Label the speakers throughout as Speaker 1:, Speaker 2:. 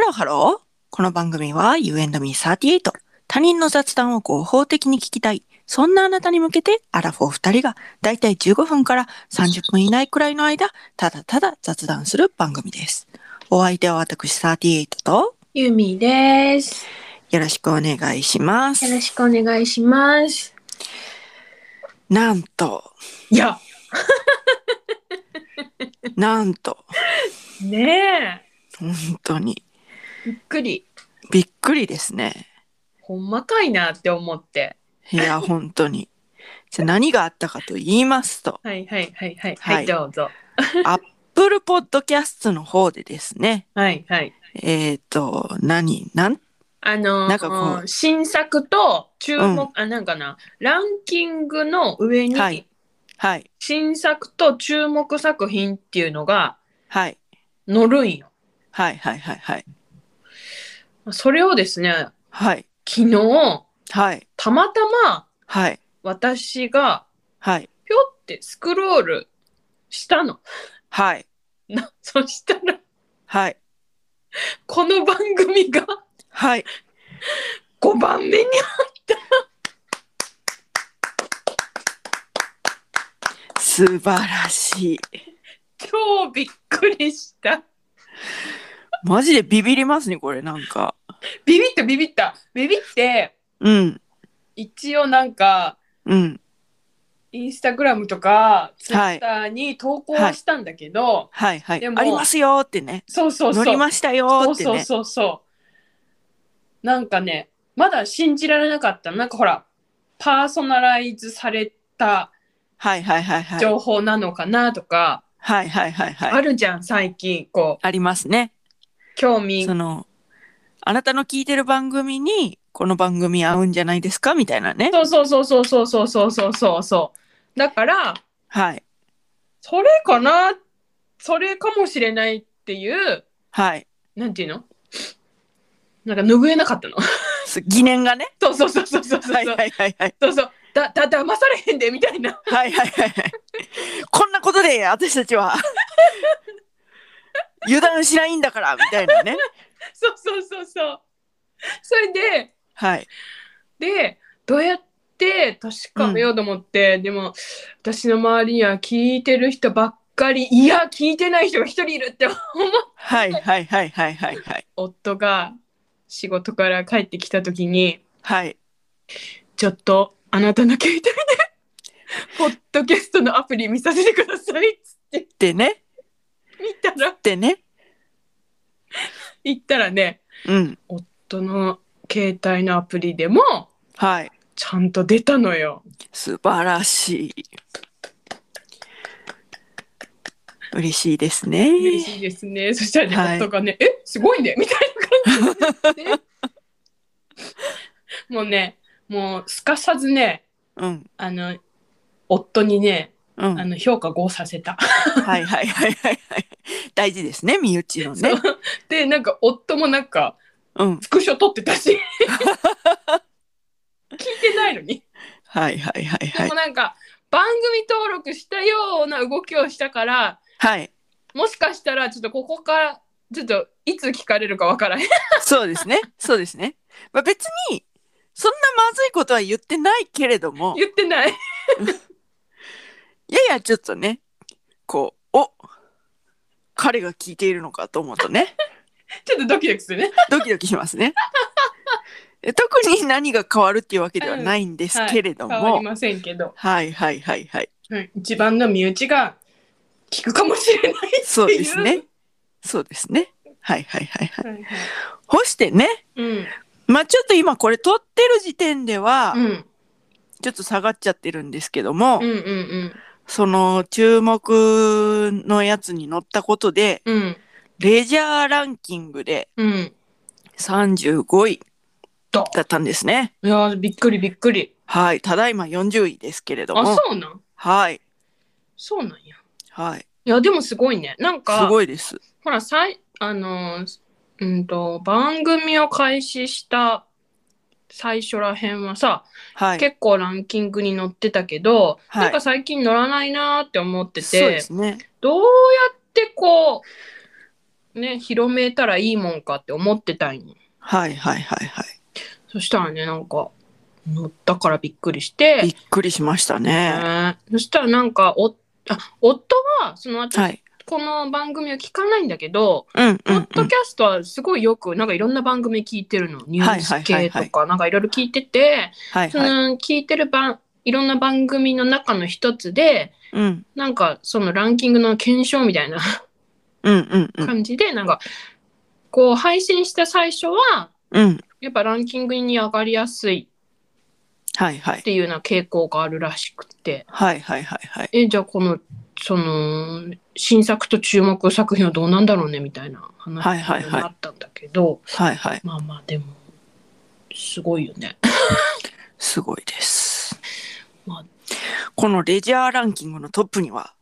Speaker 1: ロハロー。この番組は You and me38。他人の雑談を合法的に聞きたい。そんなあなたに向けて、アラフォー二人がだいたい15分から30分以内くらいの間、ただただ雑談する番組です。お相手は私38と、
Speaker 2: ゆみです。
Speaker 1: よろしくお願いします
Speaker 2: よ。ろしくお願いします。
Speaker 1: なんと、
Speaker 2: いや、
Speaker 1: なんと、
Speaker 2: ね
Speaker 1: 本当に、
Speaker 2: え、びっくり。
Speaker 1: びっくりですね。
Speaker 2: ほんまかいなって思って。
Speaker 1: いや、本当に。じゃあ何があったかと言いますと、
Speaker 2: はいはいはいはい。
Speaker 1: はい
Speaker 2: はい、どうぞ。
Speaker 1: Apple Podcast の方でですね、
Speaker 2: はいはい。
Speaker 1: えっ、と、何、なん、
Speaker 2: あのー
Speaker 1: なんかこう
Speaker 2: 新作と注目、
Speaker 1: う
Speaker 2: あ、なんかな、ランキングの上に、
Speaker 1: はいはい、
Speaker 2: 新作と注目作品っていうのが
Speaker 1: はい、
Speaker 2: 載るんよ。
Speaker 1: はい、はい、はい、はい、
Speaker 2: それをですね、
Speaker 1: はい、
Speaker 2: 昨日、
Speaker 1: はい、
Speaker 2: たまたま
Speaker 1: はい、
Speaker 2: 私が
Speaker 1: はい、
Speaker 2: ぴょってスクロールしたの。
Speaker 1: はい、
Speaker 2: なそしたら
Speaker 1: はい、
Speaker 2: この番組が
Speaker 1: はい、
Speaker 2: 5番目に
Speaker 1: 素晴らしい。
Speaker 2: 超びっくりした
Speaker 1: マジでビビりますね、これ、なんか。
Speaker 2: ビビったビビったビビって
Speaker 1: うん、
Speaker 2: 一応なんか
Speaker 1: うん、
Speaker 2: インスタグラムとかツイッターに投稿はしたんだけど、
Speaker 1: はい、はい、
Speaker 2: でも
Speaker 1: ありますよーってね。
Speaker 2: そうそうそう
Speaker 1: 乗りましたよ
Speaker 2: そ
Speaker 1: ー
Speaker 2: う
Speaker 1: って
Speaker 2: そう
Speaker 1: ね。
Speaker 2: そうそうなんかねまだ信じられなかったなんかほらパーソナライズされた
Speaker 1: はい、はい、はい、はい、
Speaker 2: 情報なのかなとか、
Speaker 1: はい、はい、はい、
Speaker 2: あ
Speaker 1: はい。
Speaker 2: るじゃん最近こう
Speaker 1: ありますね。
Speaker 2: 興味
Speaker 1: その、あなたの聞いてる番組に、この番組合うんじゃないですかみたいなね。
Speaker 2: そうそうそうそうそうそうそうそうそうそう。だから、
Speaker 1: はい、
Speaker 2: それかな、それかもしれないっていう、
Speaker 1: はい。
Speaker 2: なんていうのなんか拭えなかったの。
Speaker 1: す疑念がね。
Speaker 2: そうそうそうそうそうそう。
Speaker 1: はい、はい、はい、はい。
Speaker 2: そうそう。だ、だ、騙されへんで、みたいな。
Speaker 1: はいはいはいはい。こんなことで私たちは 油断しないんだからみたいなね。
Speaker 2: そうそうそうそう。それで、
Speaker 1: はい
Speaker 2: で、どうやって確かめようと思って、でも、私の周りには聞いてる人ばっかり、いや、聞いてない人が一人いるって思って
Speaker 1: はいはいはいはいはいはい
Speaker 2: 夫が仕事から帰ってきた時に
Speaker 1: はい
Speaker 2: 「ちょっとあなたの携 帯でポッドキャストのアプリ見させてください」っつって
Speaker 1: でね
Speaker 2: 見たら
Speaker 1: でね
Speaker 2: 行ったらね
Speaker 1: うん
Speaker 2: 夫の携帯のアプリでも
Speaker 1: はい
Speaker 2: ちゃんと出たのよ。
Speaker 1: 素晴らしい嬉しいです
Speaker 2: 嬉
Speaker 1: ね。
Speaker 2: しいですね。そしたらね、
Speaker 1: はい
Speaker 2: 夫がね「えすごいね」みたいな 感じで、もうねもうすかさずね
Speaker 1: うん
Speaker 2: あの夫にね
Speaker 1: うん
Speaker 2: あの評価5させた。
Speaker 1: はいはいはいはいはい大事ですね身内のね
Speaker 2: そ。うでなんか夫もなんか
Speaker 1: うん
Speaker 2: スクショ撮って たし聞いてないのに、
Speaker 1: はいはいはいは
Speaker 2: で
Speaker 1: い
Speaker 2: もなんか番組登録したような動きをしたから
Speaker 1: はい
Speaker 2: もしかしたらちょっとここからちょっといつ聞かれるかわからへん
Speaker 1: そうですね。そうですね。まあ、別に、そんなまずいことは言ってないけれども、
Speaker 2: 言ってない
Speaker 1: ややちょっとね、こう、お彼が聞いているのかと思うと ね、
Speaker 2: ちょっとドキドキするね
Speaker 1: ドキドキしますね。え特に何が変わるっていうわけではないんですけれど
Speaker 2: 変
Speaker 1: も、
Speaker 2: わりませんけど、
Speaker 1: はいはいはいはい。
Speaker 2: はい、一番の身内が聞くかもしれないっていう
Speaker 1: そうですね。そうですね。はいはいはいはい。
Speaker 2: はいはい
Speaker 1: 干してね、
Speaker 2: うん
Speaker 1: まあちょっと今これ撮ってる時点では
Speaker 2: う、ん
Speaker 1: ちょっと下がっちゃってるんですけども、
Speaker 2: うんうん
Speaker 1: その注目のやつに乗ったことで、
Speaker 2: うんうん
Speaker 1: レジャーランキングで
Speaker 2: うん
Speaker 1: 35位
Speaker 2: と
Speaker 1: だったんですね。
Speaker 2: いやーびっくりびっくり
Speaker 1: はい。ただいま40位ですけれど
Speaker 2: あ
Speaker 1: も。
Speaker 2: そうなん
Speaker 1: はい。
Speaker 2: そうなんや
Speaker 1: はい。
Speaker 2: いやでもすごいねなん
Speaker 1: す
Speaker 2: か
Speaker 1: ごいです。
Speaker 2: ほら、さい、あのー、うんと、番組を開始した最初らへんはさ、
Speaker 1: はい。
Speaker 2: 結構ランキングに載ってたけど、
Speaker 1: はい
Speaker 2: なんか最近載らないなーって思って
Speaker 1: そうで
Speaker 2: て、
Speaker 1: すね。
Speaker 2: どうやってこう、ね、広めたらいいもんかって思ってたんよ。
Speaker 1: はいはいはいはい。
Speaker 2: そしたらね、なんか、乗ったからびっくりして
Speaker 1: び、っくりしましたね。
Speaker 2: ねそしたらなんか、お、あ、夫は、その、
Speaker 1: はい。
Speaker 2: この番組を聞かないんだけど、
Speaker 1: うんう
Speaker 2: ポ
Speaker 1: ん
Speaker 2: ッ
Speaker 1: う
Speaker 2: ド
Speaker 1: ん
Speaker 2: キャストはすごいよく、なんかいろんな番組聞いてるの。ニュース系
Speaker 1: は
Speaker 2: と
Speaker 1: い
Speaker 2: か、なんかいろいろ聞いてて、
Speaker 1: はい
Speaker 2: そ
Speaker 1: はい。
Speaker 2: の、聞いてる番、いろんな番組の中の一つで、
Speaker 1: うん
Speaker 2: なんかそのランキングの検証みたいな
Speaker 1: うんうんうん
Speaker 2: 感じで、なんか、こう配信した最初は、
Speaker 1: うん。
Speaker 2: やっぱランキングに上がりやすい
Speaker 1: はいはい
Speaker 2: っ。ていうような傾向があるらしくて。
Speaker 1: はいはいはいはい。
Speaker 2: え、じゃあこの、その、新作と注目作品はどうなんだろうねみたいな
Speaker 1: は
Speaker 2: 話
Speaker 1: いはいはい
Speaker 2: になったんだけど、
Speaker 1: はいはい。
Speaker 2: まあまあでも、すごいよね。
Speaker 1: すごいです
Speaker 2: まあ。
Speaker 1: このレジャーランキングのトップには、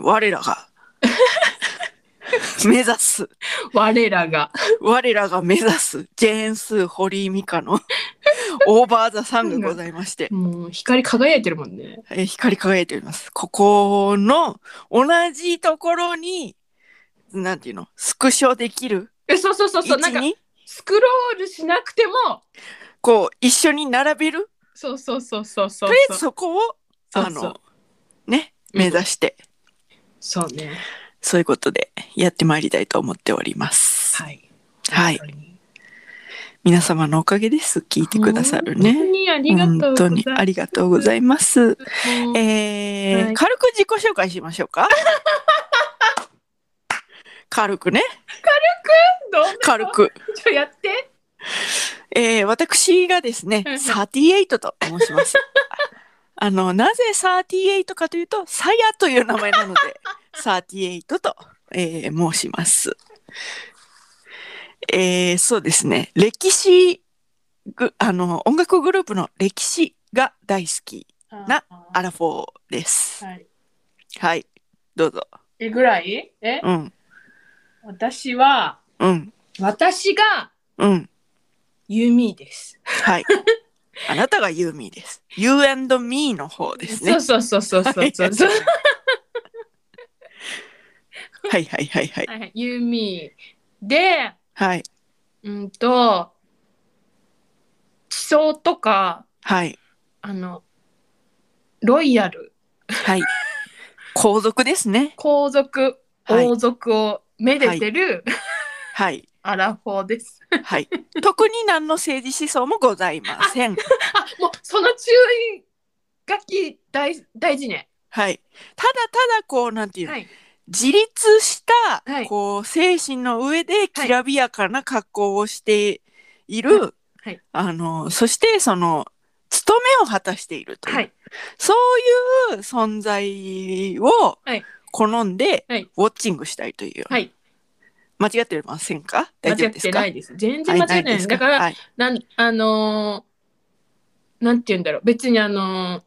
Speaker 1: 我ら が目指す、
Speaker 2: 我らが。
Speaker 1: 我らが目指すジェーンスー・堀井美香のオーバー・ザ・サンがございまして、
Speaker 2: もう光り輝いてるもんね。
Speaker 1: えー光り輝いております。ここの同じところに、なんていうの、スクショできる
Speaker 2: え、そうそうそう
Speaker 1: 位
Speaker 2: そう、
Speaker 1: 置
Speaker 2: なんか
Speaker 1: に、
Speaker 2: スクロールしなくても、
Speaker 1: こう、一緒に並べる。
Speaker 2: そうそうそうそうそう。
Speaker 1: とりあえずそこを、
Speaker 2: そう
Speaker 1: あ
Speaker 2: そう
Speaker 1: の、ね、
Speaker 2: うん
Speaker 1: 目指して、
Speaker 2: そうね。
Speaker 1: そういうことでやってまいりたいと思っております。
Speaker 2: はい。
Speaker 1: はい。
Speaker 2: 本当に
Speaker 1: 皆様のおかげです。聞いてくださる
Speaker 2: 本当
Speaker 1: ね。
Speaker 2: にありがと
Speaker 1: 本
Speaker 2: うござ
Speaker 1: 当
Speaker 2: いま
Speaker 1: に
Speaker 2: す。
Speaker 1: ありがとうございます。
Speaker 2: もう
Speaker 1: えー
Speaker 2: はい
Speaker 1: 軽く自己紹介しましょう か。軽くね、
Speaker 2: どうなの
Speaker 1: 軽く。
Speaker 2: ちょやって。
Speaker 1: えー私がですね、
Speaker 2: うんうん
Speaker 1: 38と申し ます。ああの、なぜ38かというと、さやという名前なので、38と、えー申します。えーそうですね、歴史ぐ、あの、音楽グループの歴史が大好き、なア
Speaker 2: あ
Speaker 1: ラフォーです。
Speaker 2: はい。
Speaker 1: はい、どうぞ。
Speaker 2: えぐらいえ、
Speaker 1: うん、
Speaker 2: 私は、
Speaker 1: うん、
Speaker 2: 私が
Speaker 1: うん。
Speaker 2: ユミです。
Speaker 1: はい。あなたがユーミーです。You and me の方ですね。
Speaker 2: そうそうそう そうそうそう。
Speaker 1: はいはいはいはい。
Speaker 2: はい、ユミで、
Speaker 1: はい。
Speaker 2: うんと、地層とか、
Speaker 1: はい。
Speaker 2: あの、ロイヤル、
Speaker 1: はい。皇族ですね。
Speaker 2: 皇族、
Speaker 1: はい
Speaker 2: 王族をめでてる、
Speaker 1: はい。
Speaker 2: アラフォーです。
Speaker 1: はい。特に何の政治思想もございま せん。
Speaker 2: あ、もうその注意書き大大事ね。
Speaker 1: はい。ただただこう、なんていうの、
Speaker 2: はい。
Speaker 1: 自立した、
Speaker 2: はい
Speaker 1: こう、精神の上できらびやかな格好をしている、
Speaker 2: ははい
Speaker 1: あの、そしてその、務めを果たしているという、
Speaker 2: はい。
Speaker 1: そういう存在を
Speaker 2: はい
Speaker 1: 好んで、
Speaker 2: はい
Speaker 1: ウォッチングしたいという。
Speaker 2: はい。
Speaker 1: 間違ってませんか
Speaker 2: 間
Speaker 1: 大丈
Speaker 2: 違
Speaker 1: 夫
Speaker 2: っ
Speaker 1: です
Speaker 2: て
Speaker 1: か
Speaker 2: ないです。全然間違ってないです。だから、
Speaker 1: はい、
Speaker 2: なん、あのーなんて言うんだろう。別にあのー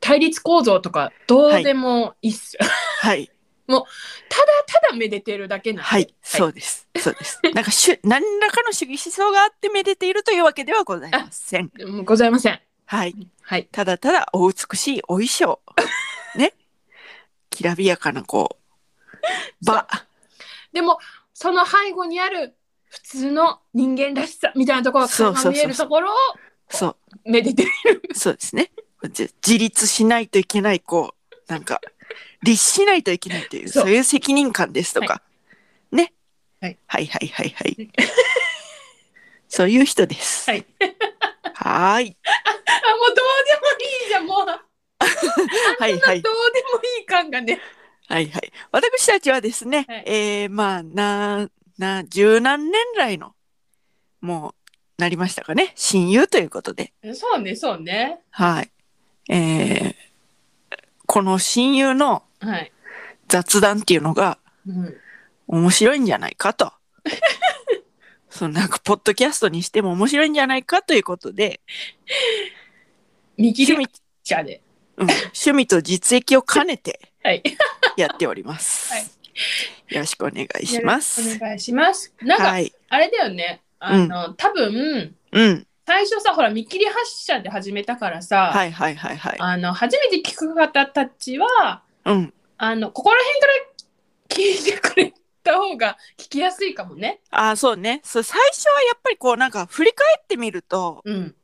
Speaker 2: 対立構造とかどうでもいいっすよ。
Speaker 1: はい、
Speaker 2: ただただめでてるだけなんで。
Speaker 1: はい、そうです。そうです。なんか、しゅ、 何らかの主義思想があってめでているというわけではございません。
Speaker 2: もうございません。
Speaker 1: はい、
Speaker 2: はい。
Speaker 1: ただただお美しいお衣装。ね。きらびやかなこ う。ば、
Speaker 2: でも、その背後にある普通の人間らしさみたいなところが
Speaker 1: そうそうそう
Speaker 2: 垣間見えるところを
Speaker 1: そ
Speaker 2: めでてる。
Speaker 1: う、そうですね。じ自立しないといけないこう、なんか。律しないといけないという、
Speaker 2: そう
Speaker 1: そういう責任感ですとか。ね。
Speaker 2: はい、
Speaker 1: はい、はい、はい、はい。 そういう人です。
Speaker 2: はい。
Speaker 1: はーい。
Speaker 2: あ、もうどうでもいいじゃん。もう、どう
Speaker 1: はいはい
Speaker 2: でもいい感がね。
Speaker 1: はいはい。私たちはですね、
Speaker 2: はい
Speaker 1: えーまあなな十何年来のもうなりましたかね親友ということで、
Speaker 2: そうね、そうね。
Speaker 1: はい、えーこの親友の
Speaker 2: はい。
Speaker 1: 雑談っていうのが
Speaker 2: うん。
Speaker 1: 面白いんじゃないか と。そのなんかポッドキャストにしても面白いんじゃないかということで
Speaker 2: 右
Speaker 1: 趣
Speaker 2: でピッ
Speaker 1: 味,、
Speaker 2: チャーで。
Speaker 1: うん、 趣味と実益を兼ねて
Speaker 2: はい。
Speaker 1: やっております。
Speaker 2: はい
Speaker 1: よろしくお願いします。
Speaker 2: お願いします。なんか、
Speaker 1: はい、
Speaker 2: あれだよね。あの、多分、
Speaker 1: うん、
Speaker 2: 最初さ、ほら、見切り発車で始めたからさ、
Speaker 1: はいはいはいはい。
Speaker 2: あの、初めて聞く方たちは、
Speaker 1: うん。
Speaker 2: あの、ここら辺から聞いてくれった方が聞きやすいかもね。
Speaker 1: あーそうねそう最初はやっぱりこうなんか振り返ってみると
Speaker 2: うん。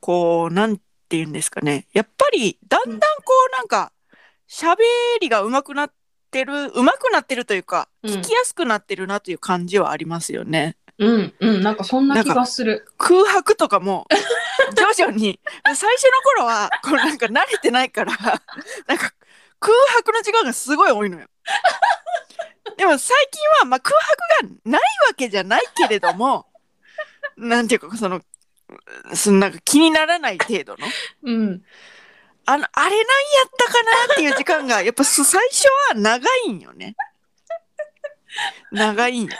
Speaker 1: こうなんて言うんですかねやっぱりだんだんこうなんか喋りが上手くなってる上手くなってるというか
Speaker 2: うん
Speaker 1: 聞きやすくなってるなという感じはありますよね。
Speaker 2: うん、うん、なんかそんな気
Speaker 1: なん
Speaker 2: がする。
Speaker 1: 空白とか も徐々に最初の頃はこうなんか慣れてないからなんか空白の時間がすごい多いのよ。でも最近は、まあ、空白がないわけじゃないけれどもなんていうかそのそのなんか気にならない程度の
Speaker 2: うん。
Speaker 1: あのあれなんやったかなっていう時間がやっぱす最初は長いんよね。長いんよ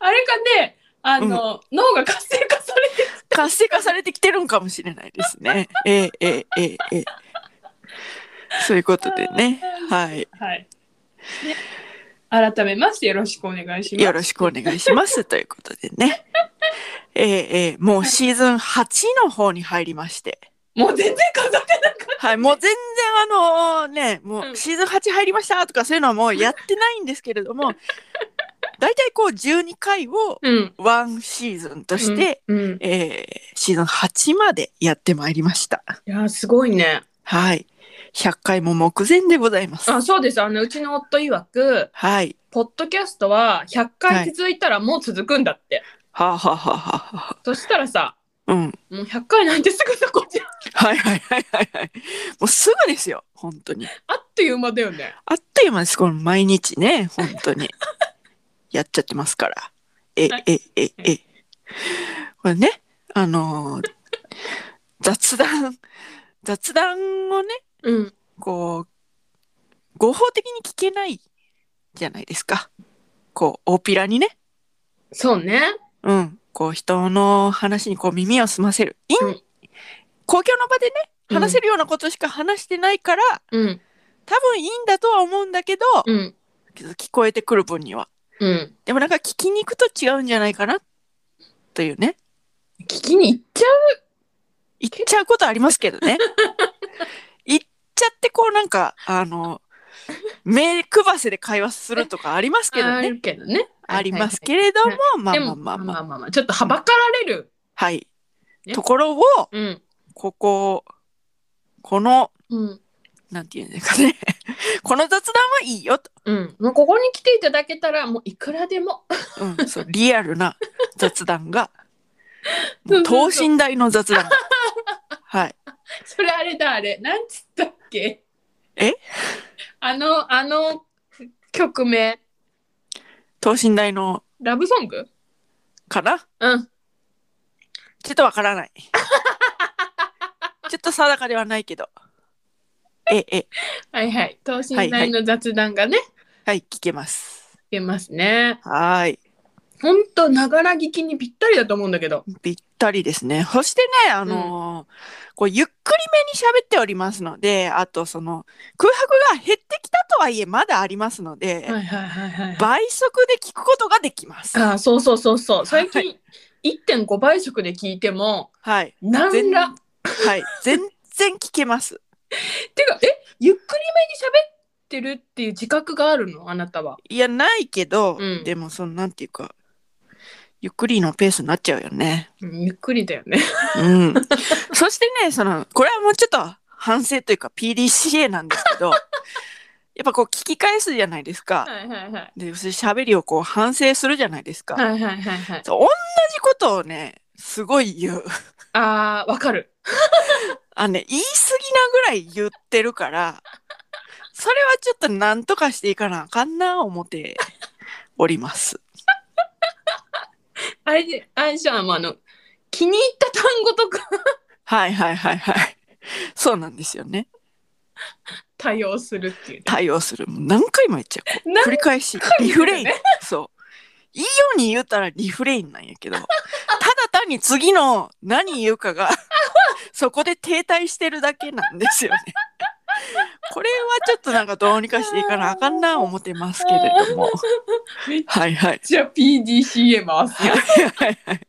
Speaker 2: あれかね、あの、脳が活性化されて
Speaker 1: 活性化されてきてるんかもしれないですね。ええええええええ。そういうことでね。はい。
Speaker 2: はい。ね改めましてよろしくお願いします。
Speaker 1: よろしくお願いします。ということでね。ええええもうシーズン8の方に入りまして。
Speaker 2: もう全然飾ってなかっ
Speaker 1: はい。もう全然あのね、も
Speaker 2: うん
Speaker 1: うシーズン8入りましたとかそういうのはもうやってないんですけれども、大体こう12回を
Speaker 2: た。うん。
Speaker 1: ワンシーズンとして、、
Speaker 2: うん。
Speaker 1: ええシーズン8までやってまいりました。
Speaker 2: いやー、すごいね。
Speaker 1: はい。100回も目前でございます。
Speaker 2: あ、そうです。あの、うちの夫曰く、
Speaker 1: はい。
Speaker 2: ポッドキャストは100回続いたらもう続くんだって。
Speaker 1: はあ、はあはあはあは
Speaker 2: そしたらさ、
Speaker 1: あ、うん。
Speaker 2: もう100回なんてすぐそこじゃん。
Speaker 1: はいはいはいはいはい。もうすぐですよ。本当に。
Speaker 2: あっという間だよね。
Speaker 1: あっという間です。この毎日ね。本当に。 やっちゃってますから。え
Speaker 2: はい、
Speaker 1: え、え、え。これね、あのー雑談、雑談をね、
Speaker 2: うん。
Speaker 1: こう、合法的に聞けないじゃないですか。こう、大ピラにね。
Speaker 2: そうね。
Speaker 1: うん、こう人の話にこう耳を澄ませる。いん
Speaker 2: うん
Speaker 1: 公共の場でね
Speaker 2: うん
Speaker 1: 話せるようなことしか話してないから、
Speaker 2: うん。
Speaker 1: 多分いいんだとは思うんだけど、
Speaker 2: うん。
Speaker 1: 聞こえてくる分には。
Speaker 2: うん。
Speaker 1: でもなんか聞きに行くと違うんじゃないかなというね
Speaker 2: 聞きに行っちゃう
Speaker 1: 言っちゃうことありますけどね。言っちゃってこうなんかあの目配せで会話するとかありますけど
Speaker 2: あ
Speaker 1: ね
Speaker 2: るけどね。
Speaker 1: ありますけれども、まあ
Speaker 2: で
Speaker 1: まあ
Speaker 2: も、
Speaker 1: ま
Speaker 2: ま
Speaker 1: あま
Speaker 2: あ
Speaker 1: あ
Speaker 2: まあまあ、ちょっとはばかられる。
Speaker 1: はい。
Speaker 2: ね
Speaker 1: ところを
Speaker 2: うん。
Speaker 1: こここの
Speaker 2: うん。
Speaker 1: なんていうんですかね。 この雑談はいいよと。
Speaker 2: うん。もうここに来ていただけたら、もういくらでも。
Speaker 1: うん、そう、リアルな雑談が。もう
Speaker 2: そうそう
Speaker 1: 等
Speaker 2: そう
Speaker 1: 身大の雑談。はい。
Speaker 2: それあれだ、あれ。なんつったっけ
Speaker 1: え
Speaker 2: あの、あの曲名、
Speaker 1: 等身大の
Speaker 2: ラブソング
Speaker 1: かな
Speaker 2: うん。
Speaker 1: ちょっとわからない。ちょっと定かではないけど。え、え、
Speaker 2: はいはい。等身大の雑談がね、
Speaker 1: はい、聞けます。
Speaker 2: いけますね。
Speaker 1: はーい。
Speaker 2: ほんと、ながら聞きにぴったりだと思うんだけど。
Speaker 1: ぴったりですね。そしてね、あのーこう、ゆっくりめに喋っておりますので、あと、その、空白が減ってきたとはいえ、まだありますので、
Speaker 2: はいはいはいはい。
Speaker 1: 倍速で聞くことができます。
Speaker 2: あそうそうそうそう。最
Speaker 1: は
Speaker 2: 近、1.5倍速で聞いても、
Speaker 1: はい。
Speaker 2: なんら。
Speaker 1: はい。全然聞けます。
Speaker 2: てか、え、ゆっくりめに喋ってるっていう自覚があるのあなたは。
Speaker 1: いや、ないけど、
Speaker 2: うん
Speaker 1: でも、その、なんていうか、ゆっくりのペースになっちゃうよね。
Speaker 2: うんゆっくりだよね。
Speaker 1: うん。そしてね、その、これはもうちょっと反省というか PDCA なんですけど、やっぱこう聞き返すじゃないですか。
Speaker 2: はいはいはい。
Speaker 1: で、それ喋りをこう反省するじゃないですか。
Speaker 2: はいはいはいはい。
Speaker 1: そう同じことをね、すごい言う。
Speaker 2: あー、わかる。
Speaker 1: あのね、言い過ぎなぐらい言ってるから、それはちょっとなんとかしていかなあかんな思っております。
Speaker 2: あれで、あれじゃあ、もうあの、気に入った単語とか
Speaker 1: はいはいはいはい。そうなんですよね。
Speaker 2: 対応するっていうね。
Speaker 1: 対応する。もう何回も言っちゃう。こう
Speaker 2: 何
Speaker 1: 繰り返 し。
Speaker 2: 言
Speaker 1: リ
Speaker 2: うよ
Speaker 1: フ
Speaker 2: ね
Speaker 1: レイン。そう。いいように言うたらリフレインなんやけど、た だ単に次の何言うかが、 そこで停滞してるだけなんですよね。 これはちょっとなんかどうにかしていかなあかんな思ってますけれど も。
Speaker 2: めっ
Speaker 1: はいはい。
Speaker 2: ちゃ PDCA 回すよ。
Speaker 1: はいはいはい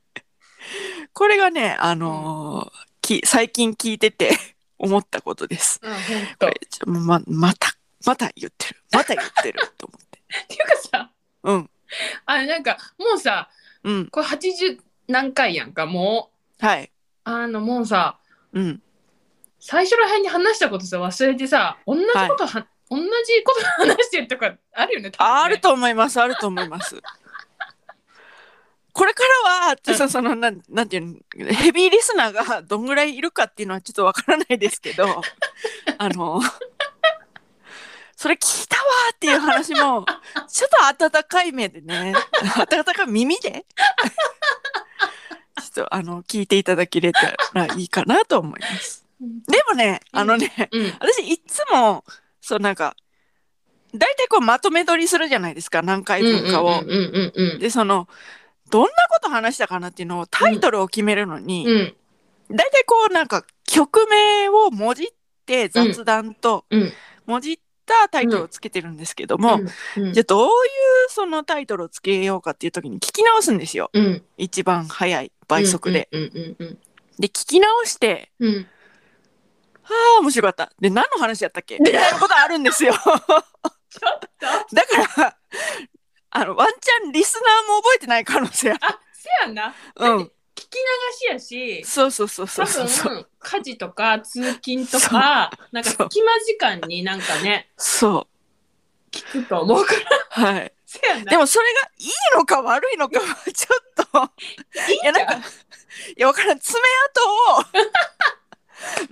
Speaker 1: これがね、あのーき最近聞いてて 思ったことです。
Speaker 2: うん、ほん。
Speaker 1: こと
Speaker 2: っ
Speaker 1: れちょままたまた言ってるまた言ってると思って。
Speaker 2: ていうかさ、
Speaker 1: うん
Speaker 2: なんかもうさ
Speaker 1: うん。
Speaker 2: これ80何回やんかもう
Speaker 1: はい。
Speaker 2: あのもうさ
Speaker 1: うん。
Speaker 2: 最初ら辺に話したことさ忘れてさ同じことは、同じこと話してるとかあるよね多分ね
Speaker 1: あると思います。あると思います。これからは、ちょっとその、なん、なんていうの、ヘビーリスナーがどんぐらいいるかっていうのはちょっとわからないですけ ど、あの、それ聞いたわーっていう話も、ちょっと温かい目でね、温かい耳で、ちょっとあの、聞いていただけれたらいいかなと思います。
Speaker 2: うん
Speaker 1: でもね、あのね、
Speaker 2: うん
Speaker 1: 私いっつもそうなんか大体こうまとめ撮りするじゃないですか何回分かを。
Speaker 2: うんうんうんうん
Speaker 1: でそのどんなこと話したかなっていうのをタイトルを決めるの
Speaker 2: うんう
Speaker 1: に、
Speaker 2: ん
Speaker 1: 大体こうなんか曲名をもじって雑談と
Speaker 2: うん
Speaker 1: もじったタイトルをつけてるんですけども、
Speaker 2: うん
Speaker 1: じゃあどういうそのタイトルをつけようかっていう時に聞き直すんですよ
Speaker 2: うん
Speaker 1: 一番早い倍速で。
Speaker 2: うんうんうん
Speaker 1: で聞き直して
Speaker 2: うんうん
Speaker 1: 「ああ面白かった」で何の話やったっけみたいなことあるんですよ。
Speaker 2: ちょっと
Speaker 1: だから、あの、ワンチャンリスナーも覚えてない可能性ある。
Speaker 2: あせやな
Speaker 1: うん。
Speaker 2: 聞き流しやし
Speaker 1: そうそうそうそ
Speaker 2: 多
Speaker 1: うそう。そう
Speaker 2: 分家事とか通勤とかなんか
Speaker 1: そう
Speaker 2: 隙間時間になんかね
Speaker 1: そう。
Speaker 2: 聞くと思うから
Speaker 1: はい。
Speaker 2: せやな
Speaker 1: でもそれがいいのか悪いのかはちょっと。いや、なんか、いや、わからん。爪痕を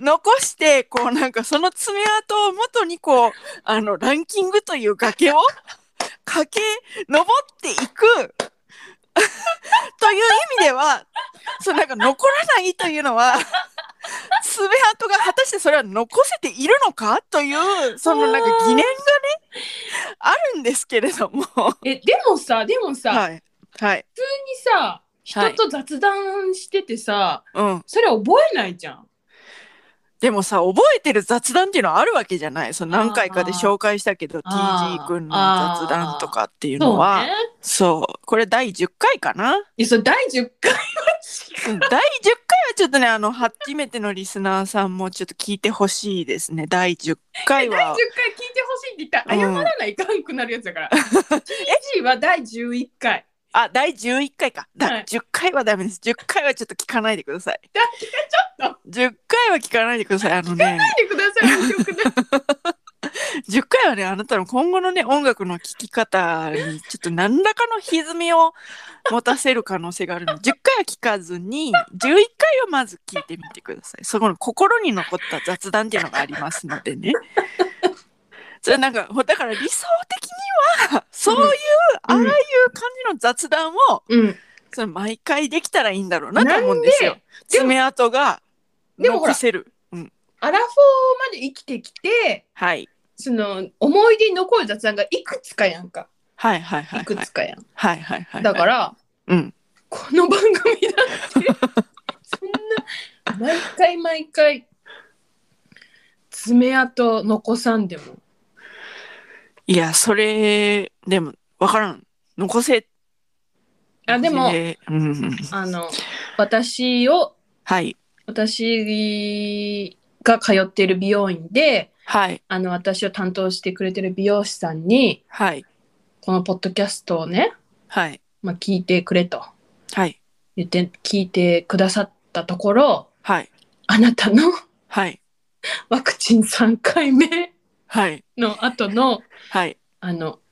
Speaker 1: 残して、こうなんかその爪痕を元にこう、あの、ランキングという崖を駆け上っていくという意味では、そうなんか残らないというのは、爪痕が果たしてそれは残せているのかという、そのなんか疑念がね、あるんですけれども。
Speaker 2: えでもさでもさ、
Speaker 1: はい。はい。
Speaker 2: にさ
Speaker 1: は
Speaker 2: 人
Speaker 1: い
Speaker 2: と雑談しててさ、
Speaker 1: うん。
Speaker 2: それ覚えないじゃん。
Speaker 1: でもさ、覚えてる雑談っていうのはあるわけじゃない。その何回かで紹介したけど、
Speaker 2: あー
Speaker 1: TG 君の雑談とかっていうのは、
Speaker 2: ね。
Speaker 1: そう。これ第10回か な。
Speaker 2: いやそれ第10回は違
Speaker 1: う
Speaker 2: う
Speaker 1: ん第10回はちょっとね、あの、初めてのリスナーさんもちょっと聞いてほしいですね。第10回
Speaker 2: 第10回
Speaker 1: は
Speaker 2: 聞。いてほしいって言ったら謝
Speaker 1: うん
Speaker 2: らないかんくなるやつだから。え G は第11回。
Speaker 1: あ、第11回か。だ、
Speaker 2: はい
Speaker 1: 10回はダメです。10回はちょっと聞かないでください。
Speaker 2: だけちょっと
Speaker 1: 10回は聞かないでください。あのね、
Speaker 2: 見てください。面白くない
Speaker 1: 10回はね、あなたの今後のね、音楽の聴き方に、ちょっと何らかの歪みを持たせる可能性があるので、10回は聞かずに、11回をまず聞いてみてください。そこの心に残った雑談っていうのがありますのでね。それなんか、ほだから理想的には、そういう、あ
Speaker 2: う
Speaker 1: あ
Speaker 2: ん
Speaker 1: いう感じの雑談を、
Speaker 2: うん。
Speaker 1: その毎回できたらいいんだろうなと思うんですよ。
Speaker 2: ででも
Speaker 1: 爪痕が
Speaker 2: でもほら
Speaker 1: 残せる。うん、
Speaker 2: アラフォーまで生きてきて、
Speaker 1: はい。
Speaker 2: その思い出に残る雑談がいくつかやんか。
Speaker 1: はいはいはいい
Speaker 2: く
Speaker 1: はい
Speaker 2: つ。かやん。
Speaker 1: はいはいはい。、
Speaker 2: だからら、
Speaker 1: うん。
Speaker 2: この番組だって、そんな、毎回毎回、爪痕残さんでも。
Speaker 1: いや、それ、でも、わからん。残せ。
Speaker 2: あ でも
Speaker 1: 残せうんうん、
Speaker 2: あの私を
Speaker 1: はい。
Speaker 2: 私が通っている美容院で
Speaker 1: はい。
Speaker 2: あの私を担当してくれてる美容師さんに
Speaker 1: はい。
Speaker 2: このポッドキャストをね、
Speaker 1: はい。
Speaker 2: まあ、聞いてくれと
Speaker 1: はい。
Speaker 2: 言って聞いてくださったところ
Speaker 1: はい。
Speaker 2: あなたの
Speaker 1: はい。
Speaker 2: ワクチン3回目
Speaker 1: はい。
Speaker 2: の後の
Speaker 1: はい。
Speaker 2: あの「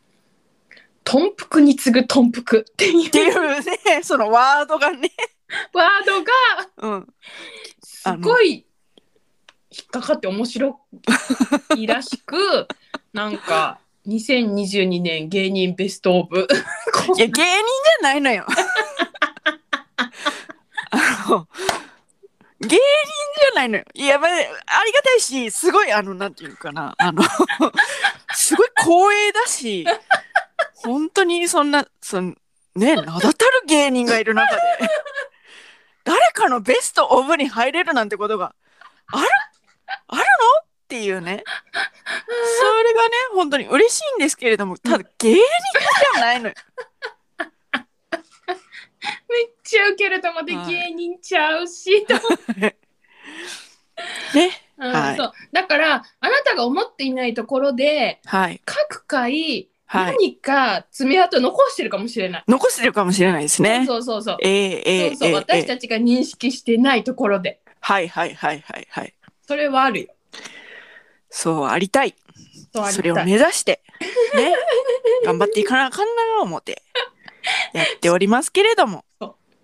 Speaker 2: 頓服に次ぐ頓服」ってい
Speaker 1: っていううね、そのワードがね。
Speaker 2: ワードが
Speaker 1: うん。
Speaker 2: すごい引っかかって面白いらし くなんか2022年芸人ベストオブこ
Speaker 1: いや、芸人じゃないのよ。 あの、芸人じゃないのよ。いや、まあ、ありがたいし、すごい、あの、なんていうかな、あの、すごい光栄だし、本当にそんな、そのね、名だたる芸人がいる中で、誰かのベストオブに入れるなんてことが、あるあるのっていうね。それがね、本当に嬉しいんですけれども、ただ芸人じゃないのよ。
Speaker 2: めっちゃウケると思って
Speaker 1: はい
Speaker 2: 芸人ちゃうしと、
Speaker 1: ね。
Speaker 2: うん
Speaker 1: はい
Speaker 2: そうだからあなたが思っていないところで
Speaker 1: はい。
Speaker 2: 各回
Speaker 1: はい。
Speaker 2: 何か爪痕残してるかもしれない。
Speaker 1: 残してるかもしれないですね。
Speaker 2: そうそうそう。
Speaker 1: ええええ
Speaker 2: そうそう、
Speaker 1: ええ
Speaker 2: 私
Speaker 1: ええ
Speaker 2: たちが認識してないところで。
Speaker 1: はいはいはいはいはい。
Speaker 2: それはあるよ。
Speaker 1: そうありたい。
Speaker 2: そうあり
Speaker 1: それを
Speaker 2: たい
Speaker 1: 目指して、 ね、頑張っていかなあかんなあ思って、やっておりますけれども。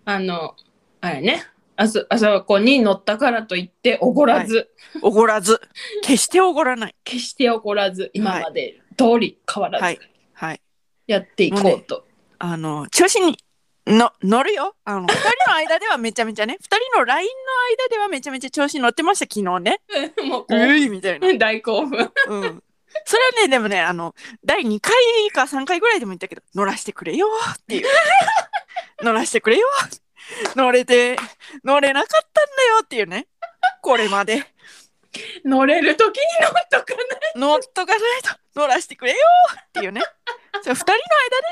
Speaker 2: あの、あれね。あそ、あそこに乗ったからといって、おごらず、
Speaker 1: おごらず、決しておごらない。
Speaker 2: 決しておごらず、今まで通り変わら
Speaker 1: はい
Speaker 2: ず、
Speaker 1: はい。
Speaker 2: やっていこうと。
Speaker 1: あの、調子に、の、乗るよ。あの、二人の間ではめちゃめちゃね、二人の LINE の間ではめちゃめちゃ調子に乗ってました、昨日 ね。
Speaker 2: もうこ
Speaker 1: う
Speaker 2: う、
Speaker 1: いみたいな。
Speaker 2: 大興奮。
Speaker 1: うん。それはね、でもね、あの、第2回か3回ぐらいでも言ったけど、乗らしてくれよっていう。乗らしてくれよ乗れて、乗れなかったんだよっていうね。これまで。
Speaker 2: 乗れる時に乗っとかない。
Speaker 1: 乗っとかないと乗らしてくれよって いうね。そう2人の間で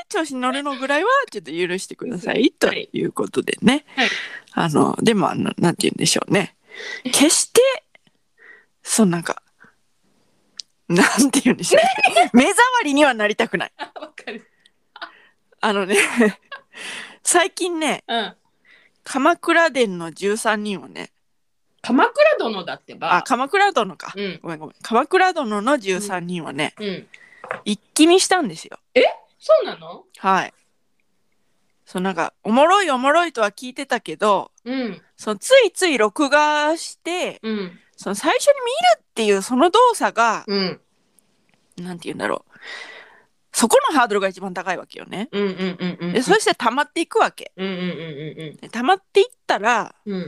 Speaker 1: 調子に乗るのぐらいはちょっと許してくださいと
Speaker 2: はい
Speaker 1: いうことでね。
Speaker 2: はい
Speaker 1: あの、でも、あの、なんて言うんでしょうね。決して、そうなんか、なんて言うんでしょう、 ね。目障りにはなりたくない。
Speaker 2: あわかる。
Speaker 1: あのね、最近ね、
Speaker 2: うん。
Speaker 1: 鎌倉殿の13人をね、
Speaker 2: 鎌倉殿だってば。
Speaker 1: あ、鎌倉殿か。
Speaker 2: うん。
Speaker 1: ごめんごめん。鎌倉殿の13人はね、
Speaker 2: うん。
Speaker 1: 一気見したんですよ。
Speaker 2: そうなの
Speaker 1: はい。そうなんかおもろいおもろいとは聞いてたけど
Speaker 2: うん。
Speaker 1: そのついつい録画して
Speaker 2: うん。
Speaker 1: その最初に見るっていうその動作が
Speaker 2: うん。
Speaker 1: なんて言うんだろうそこのハードルが一番高いわけよね。
Speaker 2: うん。うん。うん。うん。
Speaker 1: でそして溜まっていくわけ。
Speaker 2: うん。うん。うん。
Speaker 1: で溜まっていったら
Speaker 2: うん。う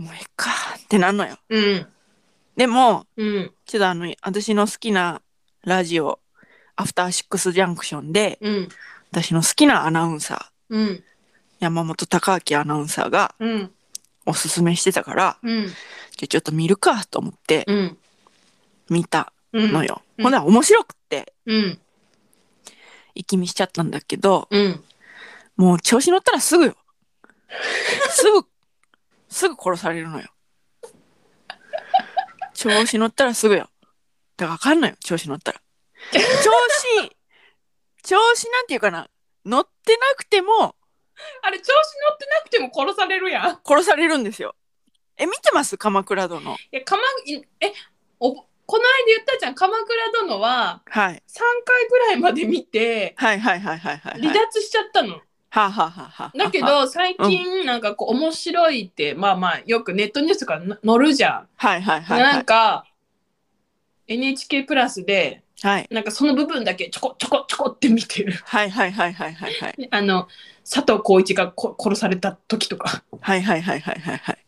Speaker 2: ん。
Speaker 1: もういっかってなんのよ。
Speaker 2: うん。
Speaker 1: でも
Speaker 2: うん。
Speaker 1: ちょっとあの私の好きなラジオ「アフターシックスジャンクションで」
Speaker 2: うん。
Speaker 1: 私の好きなアナウンサー
Speaker 2: うん。
Speaker 1: 山本隆明アナウンサーが
Speaker 2: うん。
Speaker 1: おすすめしてたから
Speaker 2: うん。
Speaker 1: じゃあちょっと見るかと思って
Speaker 2: うん。
Speaker 1: 見た
Speaker 2: うん。
Speaker 1: のよ。
Speaker 2: うん
Speaker 1: ほんなら面白くって
Speaker 2: うん。
Speaker 1: 一気見しちゃったんだけど、
Speaker 2: うん。
Speaker 1: もう調子乗ったらすぐ よ。すぐ、すぐ殺されるのよ。調子乗ったらすぐよ。だからあかんのよ、調子乗ったら。調子、調子なんていうかな、乗ってなくても
Speaker 2: あれ、調子乗ってなくても殺されるやん。い
Speaker 1: 殺されるんですよ。え、見てます鎌倉殿。
Speaker 2: や、鎌、いえ、お、この間言ったじゃん、鎌倉殿は
Speaker 1: はい。
Speaker 2: 3回ぐらいまで見て、
Speaker 1: はいはいはいはいはい、
Speaker 2: 離
Speaker 1: はい。
Speaker 2: 脱しちゃったの。
Speaker 1: はあ、はあはあはあ、
Speaker 2: だけど、最近、なんかこう、面白いって、まあまあ、よくネットニュースからな載るじゃん。
Speaker 1: はいはいはいは
Speaker 2: なん
Speaker 1: い。
Speaker 2: か、NHK プラスで、
Speaker 1: はい
Speaker 2: なんかその部分だけちょこちょこちょこって見てる。
Speaker 1: はいはいはいはいはいはい。
Speaker 2: あの、佐藤浩市がこ殺された時とか。
Speaker 1: はいはいはいはいはいはい。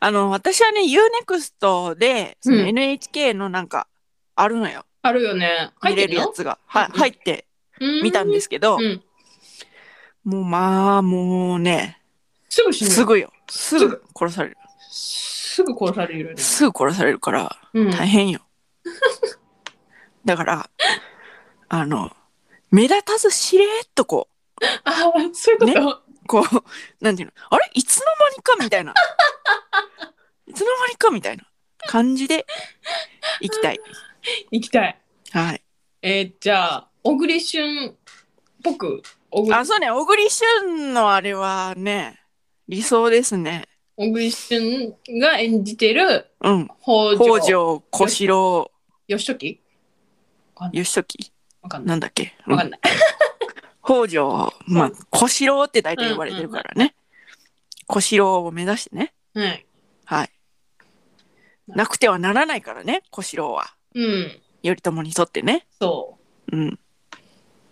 Speaker 1: あの私はね UNEXT でその
Speaker 2: うん
Speaker 1: NHK のなんかあるのよ、
Speaker 2: あるよね。
Speaker 1: 見
Speaker 2: 入っ
Speaker 1: れ
Speaker 2: て
Speaker 1: る
Speaker 2: る
Speaker 1: や
Speaker 2: よ。
Speaker 1: つが、は
Speaker 2: うんうん
Speaker 1: 入って見たんですすけど、
Speaker 2: うん。
Speaker 1: もうまあもうね
Speaker 2: すぐ死ぬ。
Speaker 1: すぐよす
Speaker 2: す
Speaker 1: ぐ
Speaker 2: ぐ
Speaker 1: 殺される
Speaker 2: すぐ殺されるよね。
Speaker 1: すぐ殺されるから
Speaker 2: うん。
Speaker 1: 大変 よ、だからあの目立たずしれーっとこ
Speaker 2: ああ、そういうこと。
Speaker 1: うこうなんていうのあれいつの間にかみたいないつの間にかみたいな感じで行きたい
Speaker 2: 行きたい。
Speaker 1: はい
Speaker 2: えーじゃあ、小栗旬っぽく、小栗
Speaker 1: あ、そうね、小栗旬のあれはね、理想ですね。
Speaker 2: 小栗旬が演じてる
Speaker 1: うん。
Speaker 2: 北
Speaker 1: 北
Speaker 2: 条
Speaker 1: 条、小四郎、
Speaker 2: 義時
Speaker 1: 義時、
Speaker 2: わかんない。
Speaker 1: なんだっけ。う
Speaker 2: わか
Speaker 1: ん
Speaker 2: んない。
Speaker 1: 北条、まあ
Speaker 2: うん、
Speaker 1: 小四郎って大体呼ばれてるからね。小四郎を目指してね。
Speaker 2: はい。
Speaker 1: はい。なくてはならないからね、小四郎は。
Speaker 2: うん。
Speaker 1: 頼朝にとってね。
Speaker 2: そう。
Speaker 1: うん。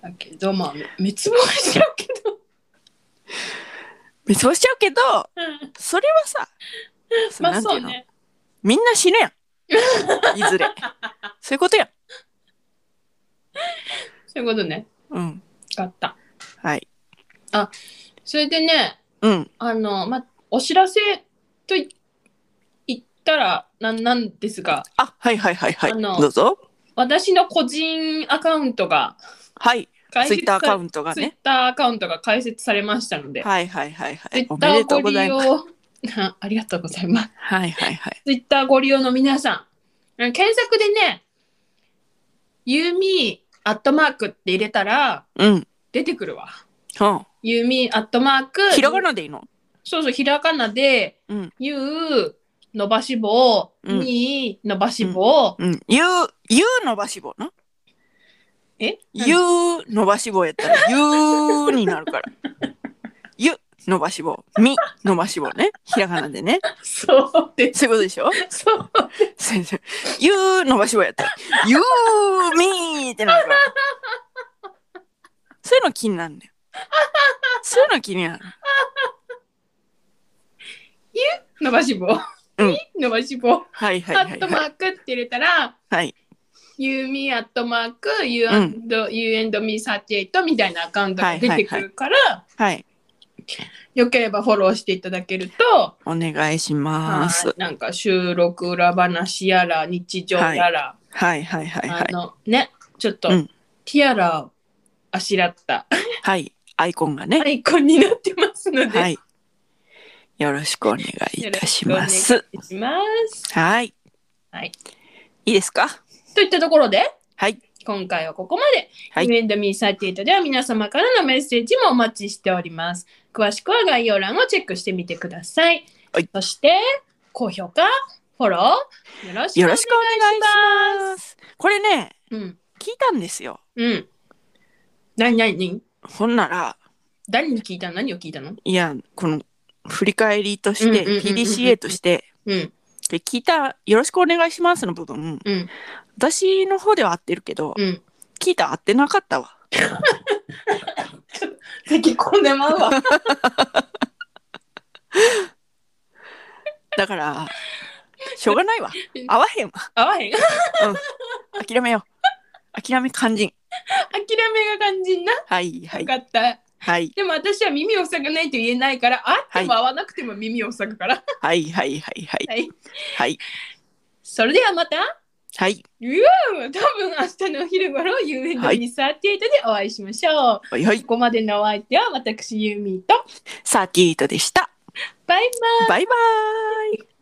Speaker 2: だけどまあめ滅亡しちゃうけど、
Speaker 1: そうしちゃうけど、 それはさ、
Speaker 2: ま
Speaker 1: な
Speaker 2: あ
Speaker 1: んて
Speaker 2: そ
Speaker 1: いううの
Speaker 2: ね
Speaker 1: みんな死ぬや ん。いずれ。そういうことやん。
Speaker 2: そういうことね
Speaker 1: うん。
Speaker 2: 分かった
Speaker 1: はい。
Speaker 2: それでね
Speaker 1: うん。
Speaker 2: あのまあお知らせとい言ったらなんなんですが
Speaker 1: あ、はいはいはいはい。
Speaker 2: あの
Speaker 1: どうぞ。
Speaker 2: 私の個人アカウントが
Speaker 1: はい。
Speaker 2: 開
Speaker 1: ツ
Speaker 2: 設
Speaker 1: イッターアカウ
Speaker 2: ン
Speaker 1: ント
Speaker 2: ト
Speaker 1: が
Speaker 2: ツイッ
Speaker 1: ね。
Speaker 2: ターアカウントが開設されましたので、
Speaker 1: はいはいはいはい
Speaker 2: ツ。イ
Speaker 1: お
Speaker 2: ッタ
Speaker 1: めでと
Speaker 2: ー
Speaker 1: う
Speaker 2: ご
Speaker 1: ござ
Speaker 2: 利
Speaker 1: います。
Speaker 2: 用ありがとうございます
Speaker 1: はいはいはい。
Speaker 2: ツイッターご利用の皆さん検索でね「ユーミーアットマークって入れたら
Speaker 1: うん。
Speaker 2: 出てくるわ。
Speaker 1: は
Speaker 2: ユーミンアットマーク。
Speaker 1: あ、ひらがなでいいの
Speaker 2: そうそう、ひらがなで、
Speaker 1: うん
Speaker 2: ゆう、伸ばし棒、
Speaker 1: うん
Speaker 2: に、伸ばし棒、
Speaker 1: うん。ゆう、ゆう伸ばし棒な。
Speaker 2: え
Speaker 1: ゆう伸ばし棒やった ら、ゆうになるから。ゆ伸ばし棒。み伸ばし棒ね。ひらがなでね。
Speaker 2: そうで
Speaker 1: そういうことでしょ
Speaker 2: す。そう。
Speaker 1: そうそうゆう伸ばし棒やったら、ゆうみーってなるから。そういうの気になるんだよ。そういうの気になる。
Speaker 2: 伸ばし棒、
Speaker 1: うん
Speaker 2: に、 伸ばし棒、
Speaker 1: はいはい
Speaker 2: ア
Speaker 1: は
Speaker 2: ッ
Speaker 1: い、
Speaker 2: ト
Speaker 1: は
Speaker 2: マ
Speaker 1: い。
Speaker 2: ークって入れたら、
Speaker 1: はい。
Speaker 2: ユーミンアットマーク、ユ
Speaker 1: う
Speaker 2: ーユーエンドミーサティエイトみたいなアカウントが出てくるから、
Speaker 1: はい。
Speaker 2: よければフォローしていただけると、
Speaker 1: お願いします
Speaker 2: はい。なんか収録裏話やら、日常やら、
Speaker 1: はいはいはいは
Speaker 2: あ
Speaker 1: い。
Speaker 2: の、ね、ちょっと、
Speaker 1: うん
Speaker 2: ティアラをあしらった
Speaker 1: はい。アイコンがね
Speaker 2: ア。イコンになってますので、
Speaker 1: はい。よろしくお願いいたします。
Speaker 2: いきます。
Speaker 1: はい。
Speaker 2: はい。
Speaker 1: いいですか
Speaker 2: といったところで、
Speaker 1: はい。
Speaker 2: 今回はここまで。
Speaker 1: はい
Speaker 2: You and me38 では皆様からのメッセージもお待ちしております。詳しくは概要欄をチェックしてみてください。
Speaker 1: はい
Speaker 2: そして、高評価、フォロー、よろしく
Speaker 1: よ
Speaker 2: お願
Speaker 1: ろ
Speaker 2: い
Speaker 1: し
Speaker 2: し
Speaker 1: くお願いし
Speaker 2: ま。
Speaker 1: ますす。これね、
Speaker 2: うん。
Speaker 1: 聞いたんですよ。
Speaker 2: うん。何、何、何
Speaker 1: ほんなら、
Speaker 2: 誰に聞いたの何を聞いたの
Speaker 1: いや、この振り返りとして、
Speaker 2: うんうんうんうんうん
Speaker 1: PDCA として、
Speaker 2: うん。
Speaker 1: で聞いた、よろしくお願いしますの部分、
Speaker 2: うん。
Speaker 1: 私の方では合ってるけど、
Speaker 2: うん。
Speaker 1: 聞いたら合ってなかったわ。
Speaker 2: 咳込んでまうわ。
Speaker 1: だから、しょうがないわ。合わへんわ。
Speaker 2: 合わへん。諦
Speaker 1: 諦めよう。諦め肝心。
Speaker 2: めが肝心な。
Speaker 1: はいはい
Speaker 2: よかった。
Speaker 1: はい
Speaker 2: でも私は耳を塞がないと言えないから、あっても
Speaker 1: は
Speaker 2: 合わなくても耳を塞ぐから。
Speaker 1: はいはいはいはい
Speaker 2: はい。
Speaker 1: はい
Speaker 2: それではまた、
Speaker 1: はい。
Speaker 2: 多分明日のお昼頃、ユーミンの38でお会いしましょう。
Speaker 1: はいはい
Speaker 2: こ。こまでのお相手は私、ユーミンと、
Speaker 1: サーティートでした。
Speaker 2: バイバ
Speaker 1: バ
Speaker 2: イ
Speaker 1: イバーイ。